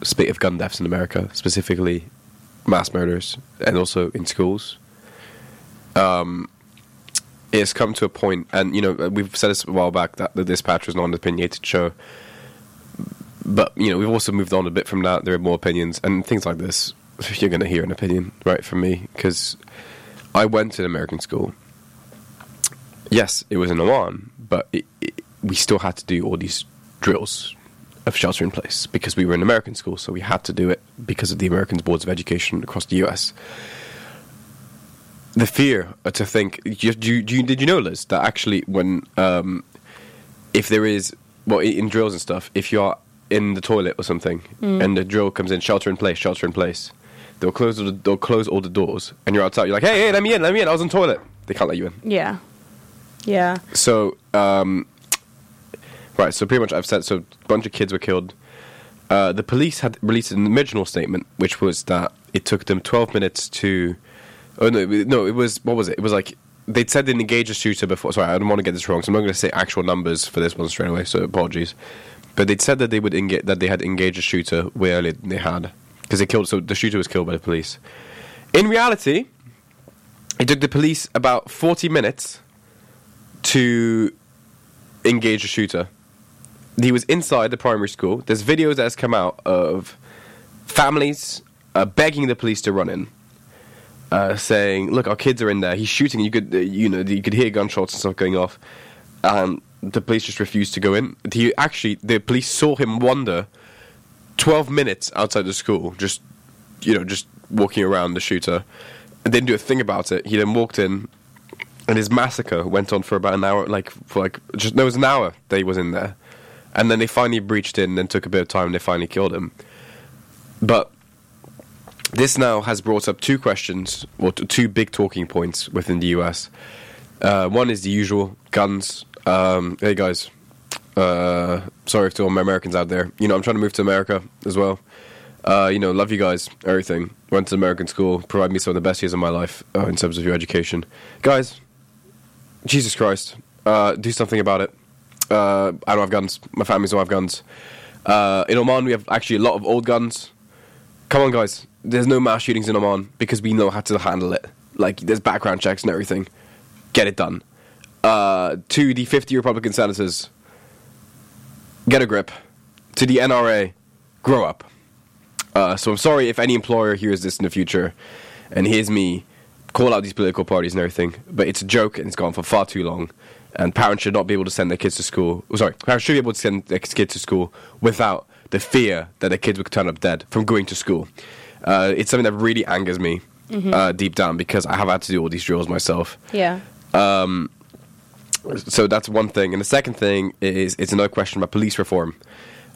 S2: spate of gun deaths in America, specifically mass murders and also in schools. Um, it's come to a point, and you know, we've said this a while back that the dispatch was not an opinionated show. But you know, we've also moved on a bit from that. There are more opinions and things like this. You're going to hear an opinion, right, from me because I went to an American school. Yes, it was in Oman, but it, it, we still had to do all these drills of shelter in place because we were an American school, so we had to do it because of the American boards of education across the U.S the fear to think. Do you, do you, did you know, Liz, that actually when um, if there is well in drills and stuff, if you are in the toilet or something,
S1: Mm.
S2: and the drill comes in, shelter in place, shelter in place. They'll close. all the- They'll close all the doors, and you're outside. You're like, hey, hey, let me in, let me in. I was on toilet. They can't let you in.
S1: Yeah. Yeah.
S2: So, um, right. So pretty much, I've said so. A bunch of kids were killed. Uh, the police had released an original statement, which was that it took them 12 minutes to. Oh no, it- no, it was what was it? It was like they'd said they'd engage a shooter before. Sorry, I don't want to get this wrong, so I'm not going to say actual numbers for this one straight away. So apologies, but they'd said that they would engage that they had engaged a shooter way earlier than they had because they killed. So the shooter was killed by the police. In reality, it took the police about 40 minutes to engage a shooter. He was inside the primary school. There's videos that has come out of families uh, begging the police to run in, uh, saying, "Look, our kids are in there. He's shooting. You could, uh, you know, you could hear gunshots and stuff going off." And the police just refused to go in. He actually, the police saw him wander 12 minutes outside the school, just, you know, just walking around the shooter. And didn't do a thing about it. He then walked in, and his massacre went on for about an hour, like, for like, just, no, it was an hour that he was in there. And then they finally breached in, then took a bit of time, and they finally killed him. But this now has brought up two questions, or t- two big talking points within the US. Uh, one is the usual guns. Um, hey guys, uh, sorry to all my Americans out there. You know, I'm trying to move to America as well. Uh, you know, love you guys, everything. Went to American school, provided me some of the best years of my life uh, in terms of your education. Guys, Jesus Christ, uh, do something about it. Uh, I don't have guns. My families don't have guns. Uh, in Oman, we have actually a lot of old guns. Come on, guys. There's no mass shootings in Oman because we know how to handle it. Like, there's background checks and everything. Get it done. Uh, to the 50 Republican senators, get a grip. To the NRA, grow up. Uh, so I'm sorry if any employer hears this in the future and hears me call out these political parties and everything, but it's a joke and it's gone for far too long. And parents should not be able to send their kids to school. oh, Sorry, parents should be able to send their kids to school without the fear that their kids would turn up dead from going to school. Uh, it's something that really angers me uh, deep down because I have had to do all these drills myself
S1: Yeah.
S2: so that's one thing. And the second thing is it's another question about police reform.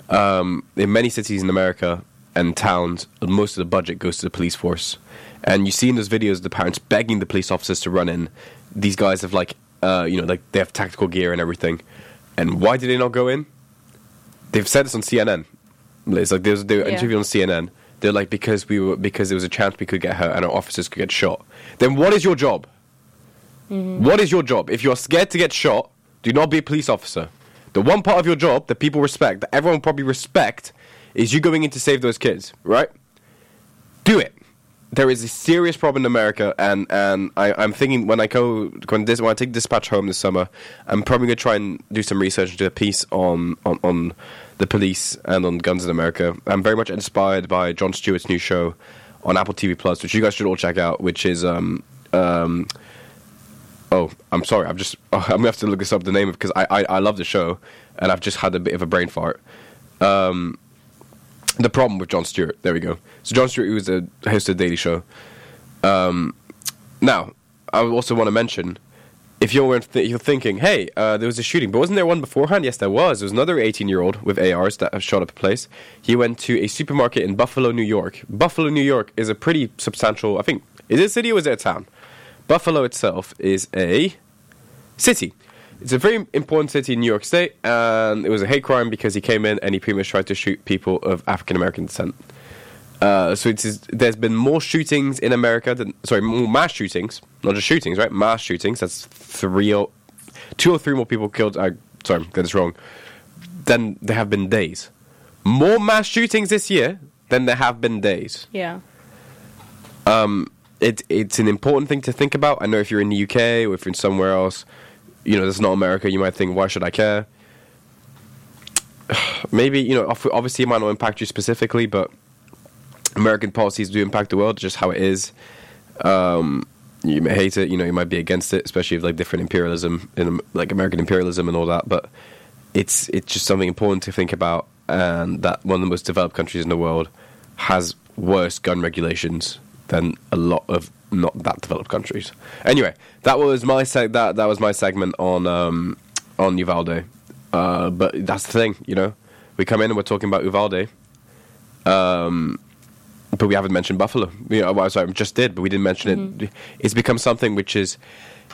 S2: Um, in many cities in America and towns, most of the budget goes to the police force. And you see in those videos the parents begging the police officers to run in. These guys have like, uh, you know, like they have tactical gear and everything. And why did they not go in? They've said this on CNN. It's like there's they were
S1: Yeah.
S2: interviewed on CNN. They're like because we were because there was a chance we could get hurt and our officers could get shot. Then what is your job? What is your job? If you're scared to get shot, do not be a police officer. The one part of your job that people respect, that everyone probably respect, is you going in to save those kids, right? Do it. There is a serious problem in America, and, and I, I'm thinking when I go when this when I take dispatch home this summer, I'm probably gonna try and do some research and do a piece on, on, on the police and on guns in America. I'm very much inspired by John Stewart's new show on Apple TV Plus, which you guys should all check out, which is um, Oh, I'm sorry. I'm just. I'm gonna have to look this up the name of because I, I I love the show, and I've just had a bit of a brain fart. Um, the problem with John Stewart. There we go. So John Stewart, who was the host of the Daily Show. Um, now I also want to mention if you're th- you're thinking, hey, uh, there was a shooting, but wasn't there one beforehand? Yes, there was. There was another 18 year old with ARs that shot up a place. He went to a supermarket in Buffalo, New York. Buffalo, New York is a pretty substantial. I think is it a city or is it a town? Buffalo itself is a city. It's a very important city in New York State, and it was a hate crime because he came in and he pretty much tried to shoot people of African American descent. Uh, so it's, there's been more shootings in America than sorry, more mass shootings, not just shootings, right? Mass shootings. That's three or two or three more people killed. Uh, sorry, got this wrong. Than there have been days. More mass shootings this year than there have been days.
S1: Yeah.
S2: It, it's an important thing to think about. I know if you're in the UK or if you're somewhere else, you know, that's not America. You might think, why should I care? Maybe you know, ob- obviously, it might not impact you specifically, but American policies do impact the world, just how it is. Um, you may hate it, you know, you might be against it, especially with like different imperialism and like American imperialism and all that. But it's it's just something important to think about, and that one of the most developed countries in the world has worse gun regulations than a lot of not that developed countries. Anyway, that was my seg- that that was my segment on um, on Uvalde. Uh, but that's the thing, you know, we come in and we're talking about Uvalde Um, but we haven't mentioned Buffalo. You know, well, sorry, I just did, but we didn't mention it. It's become something which is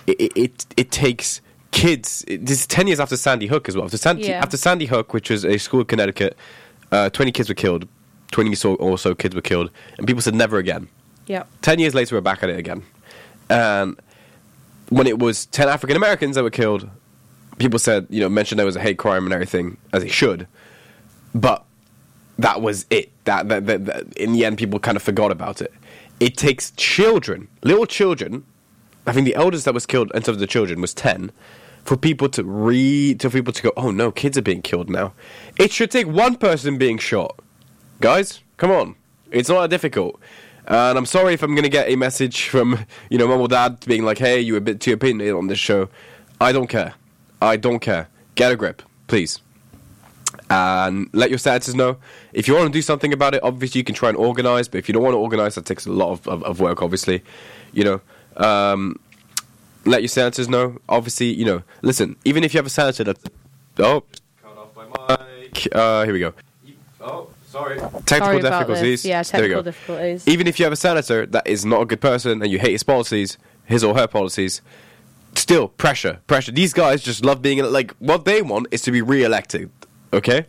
S2: it it, it takes kids. It, this is ten years after Sandy Hook as well. After Sandy,
S1: Yeah.
S2: after Sandy Hook, which was a school in Connecticut, uh, twenty kids were killed. Twenty so- or so kids were killed, and people said never again.
S1: Yep.
S2: Ten years later, we're back at it again. And when it was ten African Americans that were killed, people said, you know, mentioned there was a hate crime and everything, as it should. But that was it. That, that, that, that in the end, people kind of forgot about it. It takes children, little children. I think the eldest that was killed, in terms of the children, was ten. For people to read, for people to go, oh no, kids are being killed now. It should take one person being shot guys, come on. It's not that difficult. And I'm sorry if I'm going to get a message from, you know, mum or dad being like, hey, you were a bit too opinionated on this show. I don't care. I don't care. Get a grip, please. And let your statuses know. If you want to do something about it, obviously you can try and organize, but if you don't want to organize, that takes a lot of, of, of work, obviously. You know, Um, let your senators know. Obviously, you know, listen, even if you have a senator that. Oh. Cut off my mic. Uh, here we go. Oh, sorry. Technical
S1: Sorry about
S2: difficulties.
S1: this. Yeah,
S2: There we go.
S1: technical difficulties.
S2: Even if you have a senator that is not a good person and you hate his policies, his or her policies, still pressure, pressure. These guys just love being like what they want is to be re-elected, okay?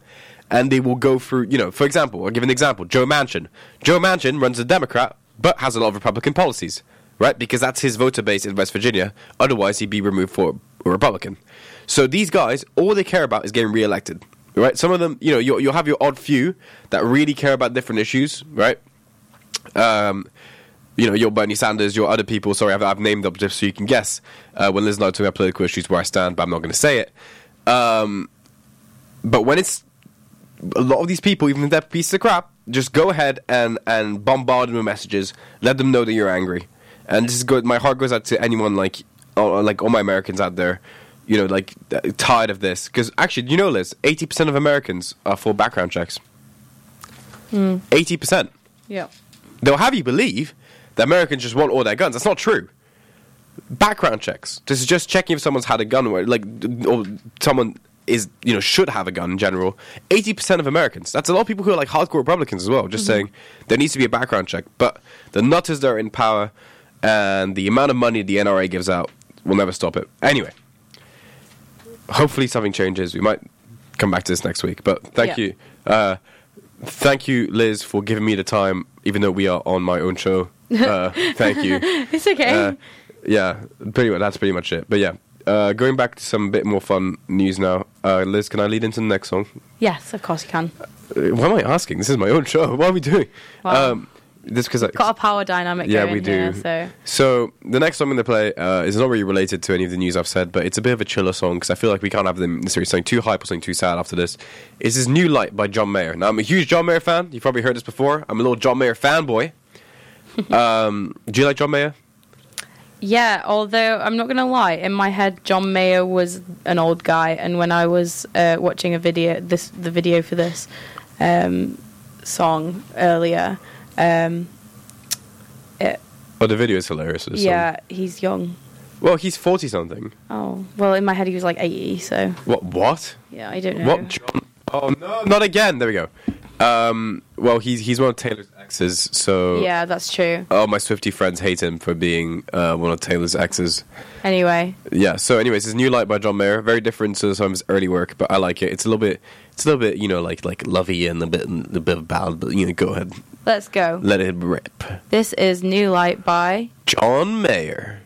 S2: And they will go through, you know, for example, I'll give an example. Joe Manchin. Joe Manchin runs a Democrat, but has a lot of Republican policies, right? Because that's his voter base in West Virginia. Otherwise, he'd be removed for a Republican. So these guys, all they care about is getting re-elected, right? Some of them, you know, you'll, you'll have your odd few that really care about different issues, right? you know, your Bernie Sanders, your other people. Sorry, I've, I've named up just so you can guess uh, when Liz and I are talking about political issues where I stand, but I'm not going to say it. Um, but when it's a lot of these people, even if they're pieces of crap, just go ahead and, and bombard them with messages. Let them know that you're angry. And this is good. My heart goes out to anyone like, oh, like all my Americans out there, you know, like uh, tired of this. Because actually, do you know, Liz, 80% of Americans are for background checks. 80%
S1: Yep.
S2: they'll have you believe that Americans just want all their guns. That's not true. Background checks. This is just checking if someone's had a gun, or like, or someone is you know should have a gun in general. Eighty percent of Americans. That's a lot of people who are like hardcore Republicans as well. Just saying there needs to be a background check. But the nutters that are in power and the amount of money the NRA gives out will never stop it. Anyway, hopefully something changes. We might come back to this next week. But thank
S1: Yeah.
S2: you. Uh, Thank you, Liz, for giving me the time, even though we are on my own show. Uh, thank you.
S1: It's okay.
S2: Uh, yeah, pretty much. That's pretty much it. But yeah, uh, going back to some bit more fun news now. Uh, Liz, can I lead into the next song?
S1: yes, of course you can.
S2: Uh, Why am I asking? This is my own show. What are we doing?
S1: Wow.
S2: Um, this because I
S1: Got a power dynamic
S2: yeah,
S1: going
S2: we do.
S1: here, so
S2: So, the next song I'm going to play uh, is not really related to any of the news I've said, but it's a bit of a chiller song because I feel like we can't have them necessarily something too hype or something too sad after this. It's this New Light by John Mayer. Now, I'm a huge John Mayer fan. You've probably heard this before. I'm a little John Mayer fanboy. um, do you like John Mayer?
S1: Yeah, although I'm not gonna lie, in my head, John Mayer was an old guy, and when I was uh, watching a video, this the video for this um, song earlier, um, it,
S2: Oh, the video is hilarious. This song.
S1: yeah, he's young.
S2: Well, he's forty something.
S1: Oh, well, in my head he was like 80, so
S2: What? What?
S1: yeah, I don't know.
S2: What? John? Oh no! Not again. There we go. Um, well, he's he's one of Taylor's exes, so
S1: Yeah, that's true.
S2: Oh, my Swifty friends hate him for being uh, one of Taylor's exes.
S1: Anyway,
S2: Yeah. So, anyways, his new light by John Mayer, very different to some of his early work, but I like it. It's a little bit, it's a little bit, you know, like like lovey and a bit, a bit of ballad. But you know, go ahead,
S1: let's go.
S2: let it rip.
S1: This is New Light by,
S2: John Mayer.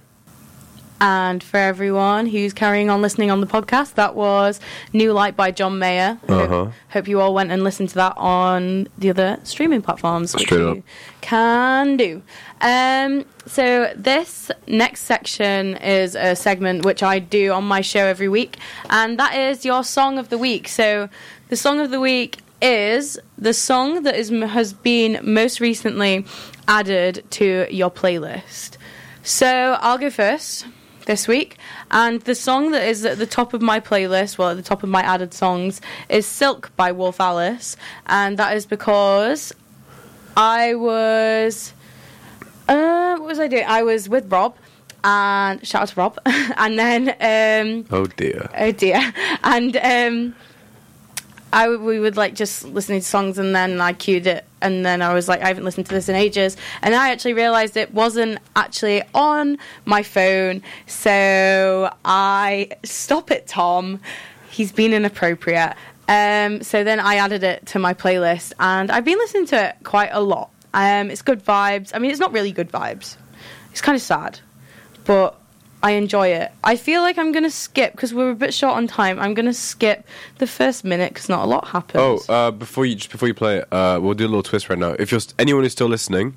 S1: and for everyone who's carrying on listening on the podcast, that was New Light by John Mayer. Hope-
S2: Uh-huh.
S1: Hope you all went and listened to that on the other streaming platforms, which
S2: Straight
S1: you
S2: up.
S1: can do. Um, so this next section is a segment which I do on my show every week, and that is your song of the week. So the song of the week is the song that is has been most recently added to your playlist. So I'll go first this week, and the song that is at the top of my playlist, well, at the top of my added songs, is "Silk" by Wolf Alice, and that is because I was. Uh, what was I doing? I was with Rob, and shout out to Rob. and then, um,
S2: Oh dear.
S1: oh dear, and um, I w- we would like just listening to songs, and then I queued it, and then I was like, I haven't listened to this in ages, and I actually realised it wasn't actually on my phone, so I stop it, Tom. He's been inappropriate. Um, so then I added it to my playlist, and I've been listening to it quite a lot. Um, it's good vibes. I mean, it's not really good vibes. It's kind of sad, but I enjoy it. I feel like I'm gonna skip because we're a bit short on time. I'm gonna skip the first minute because not a lot
S2: Oh,
S1: happens.
S2: uh, before you just before you play it, uh, we'll do a little twist right now. If you're st- anyone who's still listening,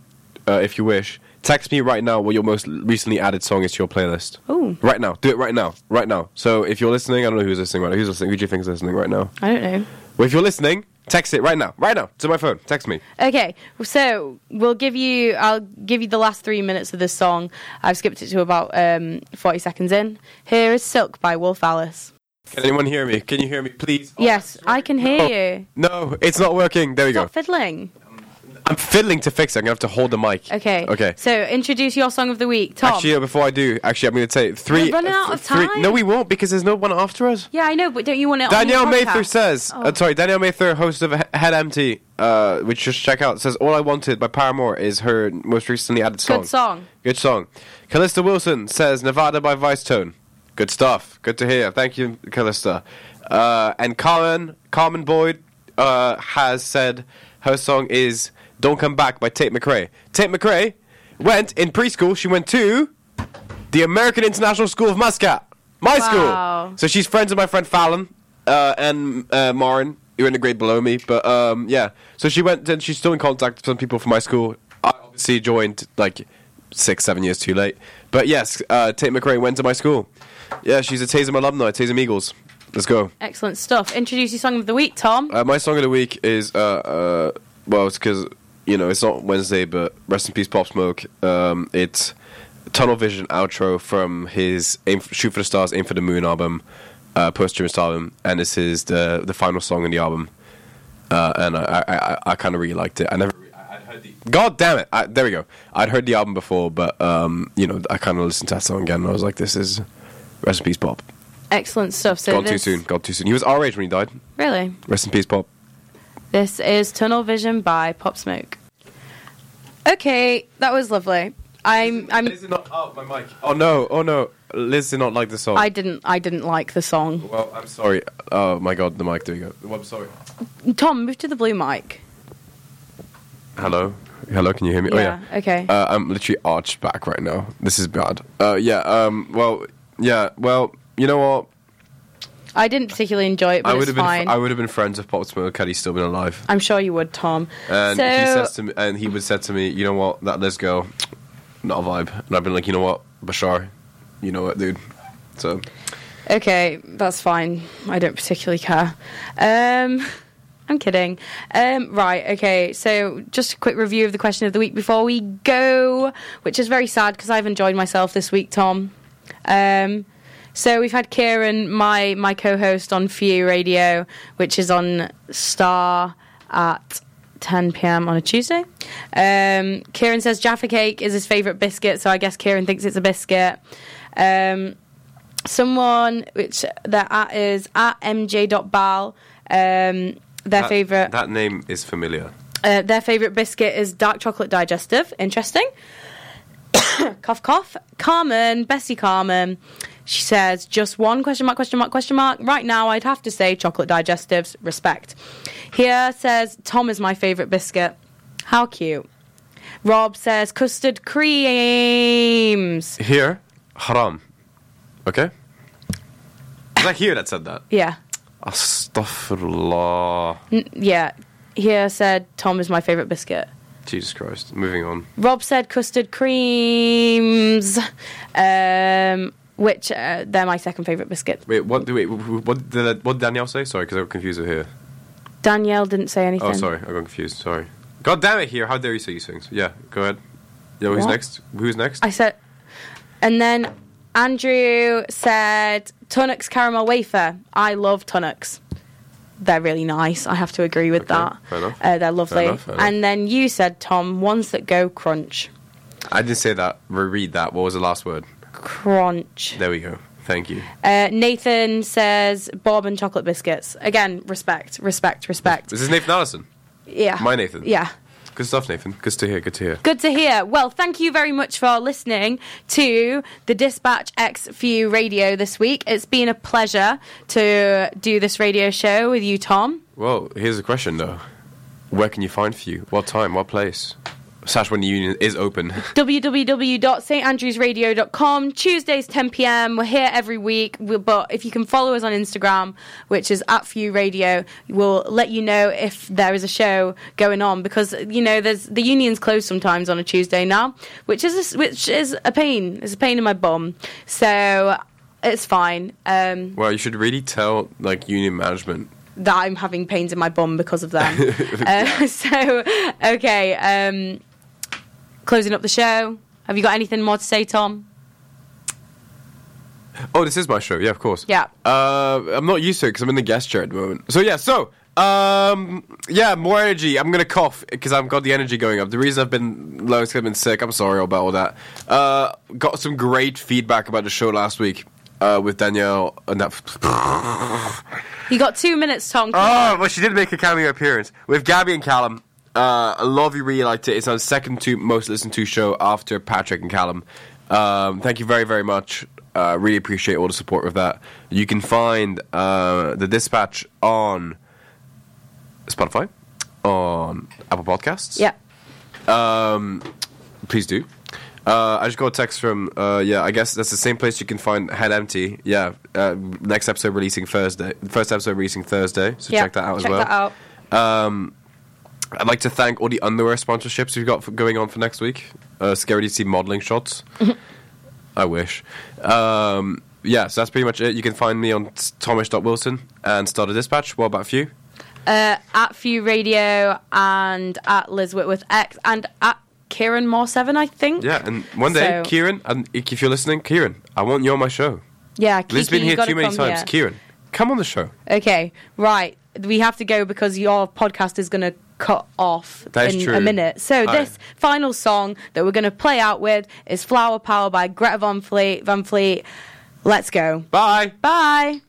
S2: uh, if you wish, text me right now what your most recently added song is to your playlist.
S1: Ooh.
S2: Right now, do it right now, right now. So if you're listening, I don't know who's listening right now. Who's listening? Who do you think is listening right now?
S1: I don't know.
S2: Well, if you're listening, text it right now, right now to my phone. Text me.
S1: Okay, so we'll give you. I'll give you the last three minutes of this song. I've skipped it to about um, forty seconds in. Here is "Silk" by Wolf Alice.
S2: Can anyone hear me? Can you hear me, please? Oh,
S1: yes, I can hear you.
S2: No, it's not working. There we go.
S1: Stop fiddling.
S2: I'm fiddling to fix it. I'm gonna have to hold the mic.
S1: Okay.
S2: Okay.
S1: So introduce your song of the week, Tom.
S2: Actually, uh, before I do, actually, I'm going to take three.
S1: We're running out
S2: th-
S1: of
S2: three-
S1: time.
S2: No, we won't because there's no one after us.
S1: yeah, I know, but don't you want it?
S2: Danielle
S1: on your
S2: Mather
S1: podcast?
S2: says, uh,
S1: Oh.
S2: sorry, Danielle Mather, host of He- Head Empty, uh, which just check out, says All I Wanted by Paramore is her most recently added song.
S1: Good song.
S2: Good song. Callista Wilson says Nevada by Vice Tone. Good stuff. Good to hear. Thank you, Callista. Uh, and Carmen, Carmen Boyd uh, has said her song is Don't Come Back by Tate McRae. Tate McRae went in preschool, she went to the American International School of Muscat, my
S1: Wow.
S2: school. So she's friends with my friend Fallon uh, and uh, Marin, who are in the grade below me. But um, yeah, so she went and she's still in contact with some people from my school. I obviously joined like six, seven years too late. But yes, uh, Tate McRae went to my school. Yeah, she's a Taysom alumni, Taysom Eagles. Let's go.
S1: Excellent stuff. Introduce your song of the week, Tom.
S2: Uh, my song of the week is uh, uh well, it's because you know it's not Wednesday, but rest in peace, Pop Smoke. Um, it's Tunnel Vision outro from his Aim for, Shoot for the Stars, Aim for the Moon album, uh, posthumous album, and this is the the final song in the album. Uh, and I I, I, I kind of really liked it. I never. I'd heard the God damn it! I, there we go. I'd heard the album before, but um, you know, I kind of listened to that song again, and I was like, "This is rest in peace, Pop.
S1: Excellent stuff. So
S2: Gone too
S1: this-
S2: soon. Gone too soon. He was our age when he died.
S1: Really.
S2: Rest in peace, Pop."
S1: This is Tunnel Vision by Pop Smoke. Okay, that was lovely. I'm I'm
S2: Liz did not. Oh, my mic. Oh no! Oh no! Liz did not like the song.
S1: I didn't I didn't like the song.
S2: well, I'm sorry. Oh my god, the mic. There we go. Well, I'm sorry.
S1: Tom, move to the blue mic.
S2: Hello. Hello. Can you hear me?
S1: Yeah,
S2: oh yeah.
S1: okay.
S2: Uh, I'm literally arched back right now. This is bad. Uh, yeah. Um. Well. Yeah. Well. You know what?
S1: I didn't particularly enjoy it,
S2: I
S1: but
S2: would
S1: it's
S2: have been.
S1: fine.
S2: I would have been friends with Pop Smoke had he still been alive.
S1: I'm sure you would, Tom.
S2: And
S1: so
S2: he says to me, and he would said to me, you know what? That Liz girl, not a vibe. And I've been like, you know what, Bashar, you know what, dude. So
S1: okay, that's fine. I don't particularly care. Um I'm kidding. Um, right, okay, so just a quick review of the question of the week before we go, which is very sad because I've enjoyed myself this week, Tom. Um, so we've had Kieran, my my co-host on Few Radio, which is on Star at 10 p.m. on a Tuesday. Um, Kieran says Jaffa cake is his favourite biscuit, so I guess Kieran thinks it's a biscuit. Um, someone which their at is at mj.bal. Um, their
S2: That-
S1: favorite
S2: That name is familiar.
S1: uh, their favorite biscuit is dark chocolate digestive. Interesting. cough, cough. Carmen, Bessie Carmen. She says, just one question mark, question mark, question mark. Right now, I'd have to say chocolate digestives. Respect. Here says, Tom is my favorite biscuit. How cute. Rob says, custard creams.
S2: Here, haram. Okay? Was that here that said that?
S1: Yeah.
S2: Astaghfirullah.
S1: N- yeah. Here said, Tom is my favorite biscuit.
S2: Jesus Christ. Moving on.
S1: Rob said custard creams, um, which uh, they're my second favourite biscuit.
S2: Wait, what? Wait, what did what did Danielle say? Sorry, because I got confused with here.
S1: Danielle didn't say anything.
S2: Oh, sorry, I got confused. Sorry. God damn it! Here, how dare you say these things? Yeah, go ahead. Yeah, who's
S1: What?
S2: next? Who's next?
S1: I said, and then Andrew said Tunnocks caramel wafer. I love Tunnocks. They're really nice. I have to agree with
S2: Okay,
S1: that.
S2: fair enough.
S1: Uh, they're lovely.
S2: enough, fair enough.
S1: And then you said, Tom, ones that go crunch,
S2: I didn't say that. Reread that. What was the last word?
S1: crunch.
S2: There we go. Thank you.
S1: Uh, Nathan says Bob and chocolate biscuits. Again, respect, respect, respect.
S2: This is Nathan Allison.
S1: Yeah.
S2: My Nathan.
S1: Yeah.
S2: Good stuff, Nathan. Good to hear. Good to hear.
S1: Good to hear. Well, thank you very much for listening to the Dispatch X View Radio this week. It's been a pleasure to do this radio show with you, Tom.
S2: Well, here's a question though. Where can you find for you? What time? What place? Sash when the union is open.
S1: www.standrewsradio.com. Tuesdays, 10 p.m. We're here every week. we but if you can follow us on Instagram, which is at View Radio, we'll let you know if there is a show going on because you know there's the union's closed sometimes on a Tuesday now, which is a s which is a pain. It's a pain in my bum. So. It's fine. Um,
S2: well, you should really tell like union management.
S1: that I'm having pains in my bum because of them. uh, so, okay, um, closing up the show. Have you got anything more to say, Tom?
S2: Oh, this is my show. Yeah, of course.
S1: Yeah.
S2: Uh, I'm not used to it because I'm in the guest chair at the moment. So yeah. So um, yeah, more energy. I'm gonna cough because I've got the energy going up. The reason I've been low is 'cause I've been sick. I'm sorry about all that. Uh, got some great feedback about the show last week. Uh, with Danielle and that
S1: You got two minutes, Tom.
S2: Oh, well, she did make a cameo appearance with Gabby and Callum. Uh, I love you, really liked it. It's our second to most listened to show after Patrick and Callum. Um, thank you very, very much. Uh, really appreciate all the support with that. You can find uh, the dispatch on Spotify, on Apple Podcasts.
S1: yeah.
S2: Please do. Uh, I just got a text from, uh, yeah, I guess that's the same place you can find Head Empty. Yeah, uh, next episode releasing Thursday. First episode releasing Thursday, so
S1: yeah.
S2: check that out
S1: Check
S2: as well.
S1: that out.
S2: I'd like to thank all the underwear sponsorships we've got for going on for next week. Uh, scary to see modeling shots. I wish. Um, yeah, so that's pretty much it. You can find me on s- thomas.wilson and start a dispatch. What about for you?
S1: Uh, at Few Radio and at Liz Whitworth X and at Kieran Moore 7, I think.
S2: Yeah, and one day,
S1: So-
S2: Kieran, and if you're listening, Kieran, I want you on my show.
S1: Yeah,
S2: Liz's
S1: Kiki,
S2: been
S1: you
S2: here
S1: gotta
S2: too many
S1: come
S2: times.
S1: here.
S2: Kieran, come on the show.
S1: Okay, right. We have to go because your podcast is going to cut off
S2: That is
S1: in
S2: true.
S1: a minute. So
S2: Aye.
S1: this final song that we're going to play out with is "Flower Power" by Greta Van Fleet. Van Fleet. Let's go.
S2: Bye.
S1: Bye.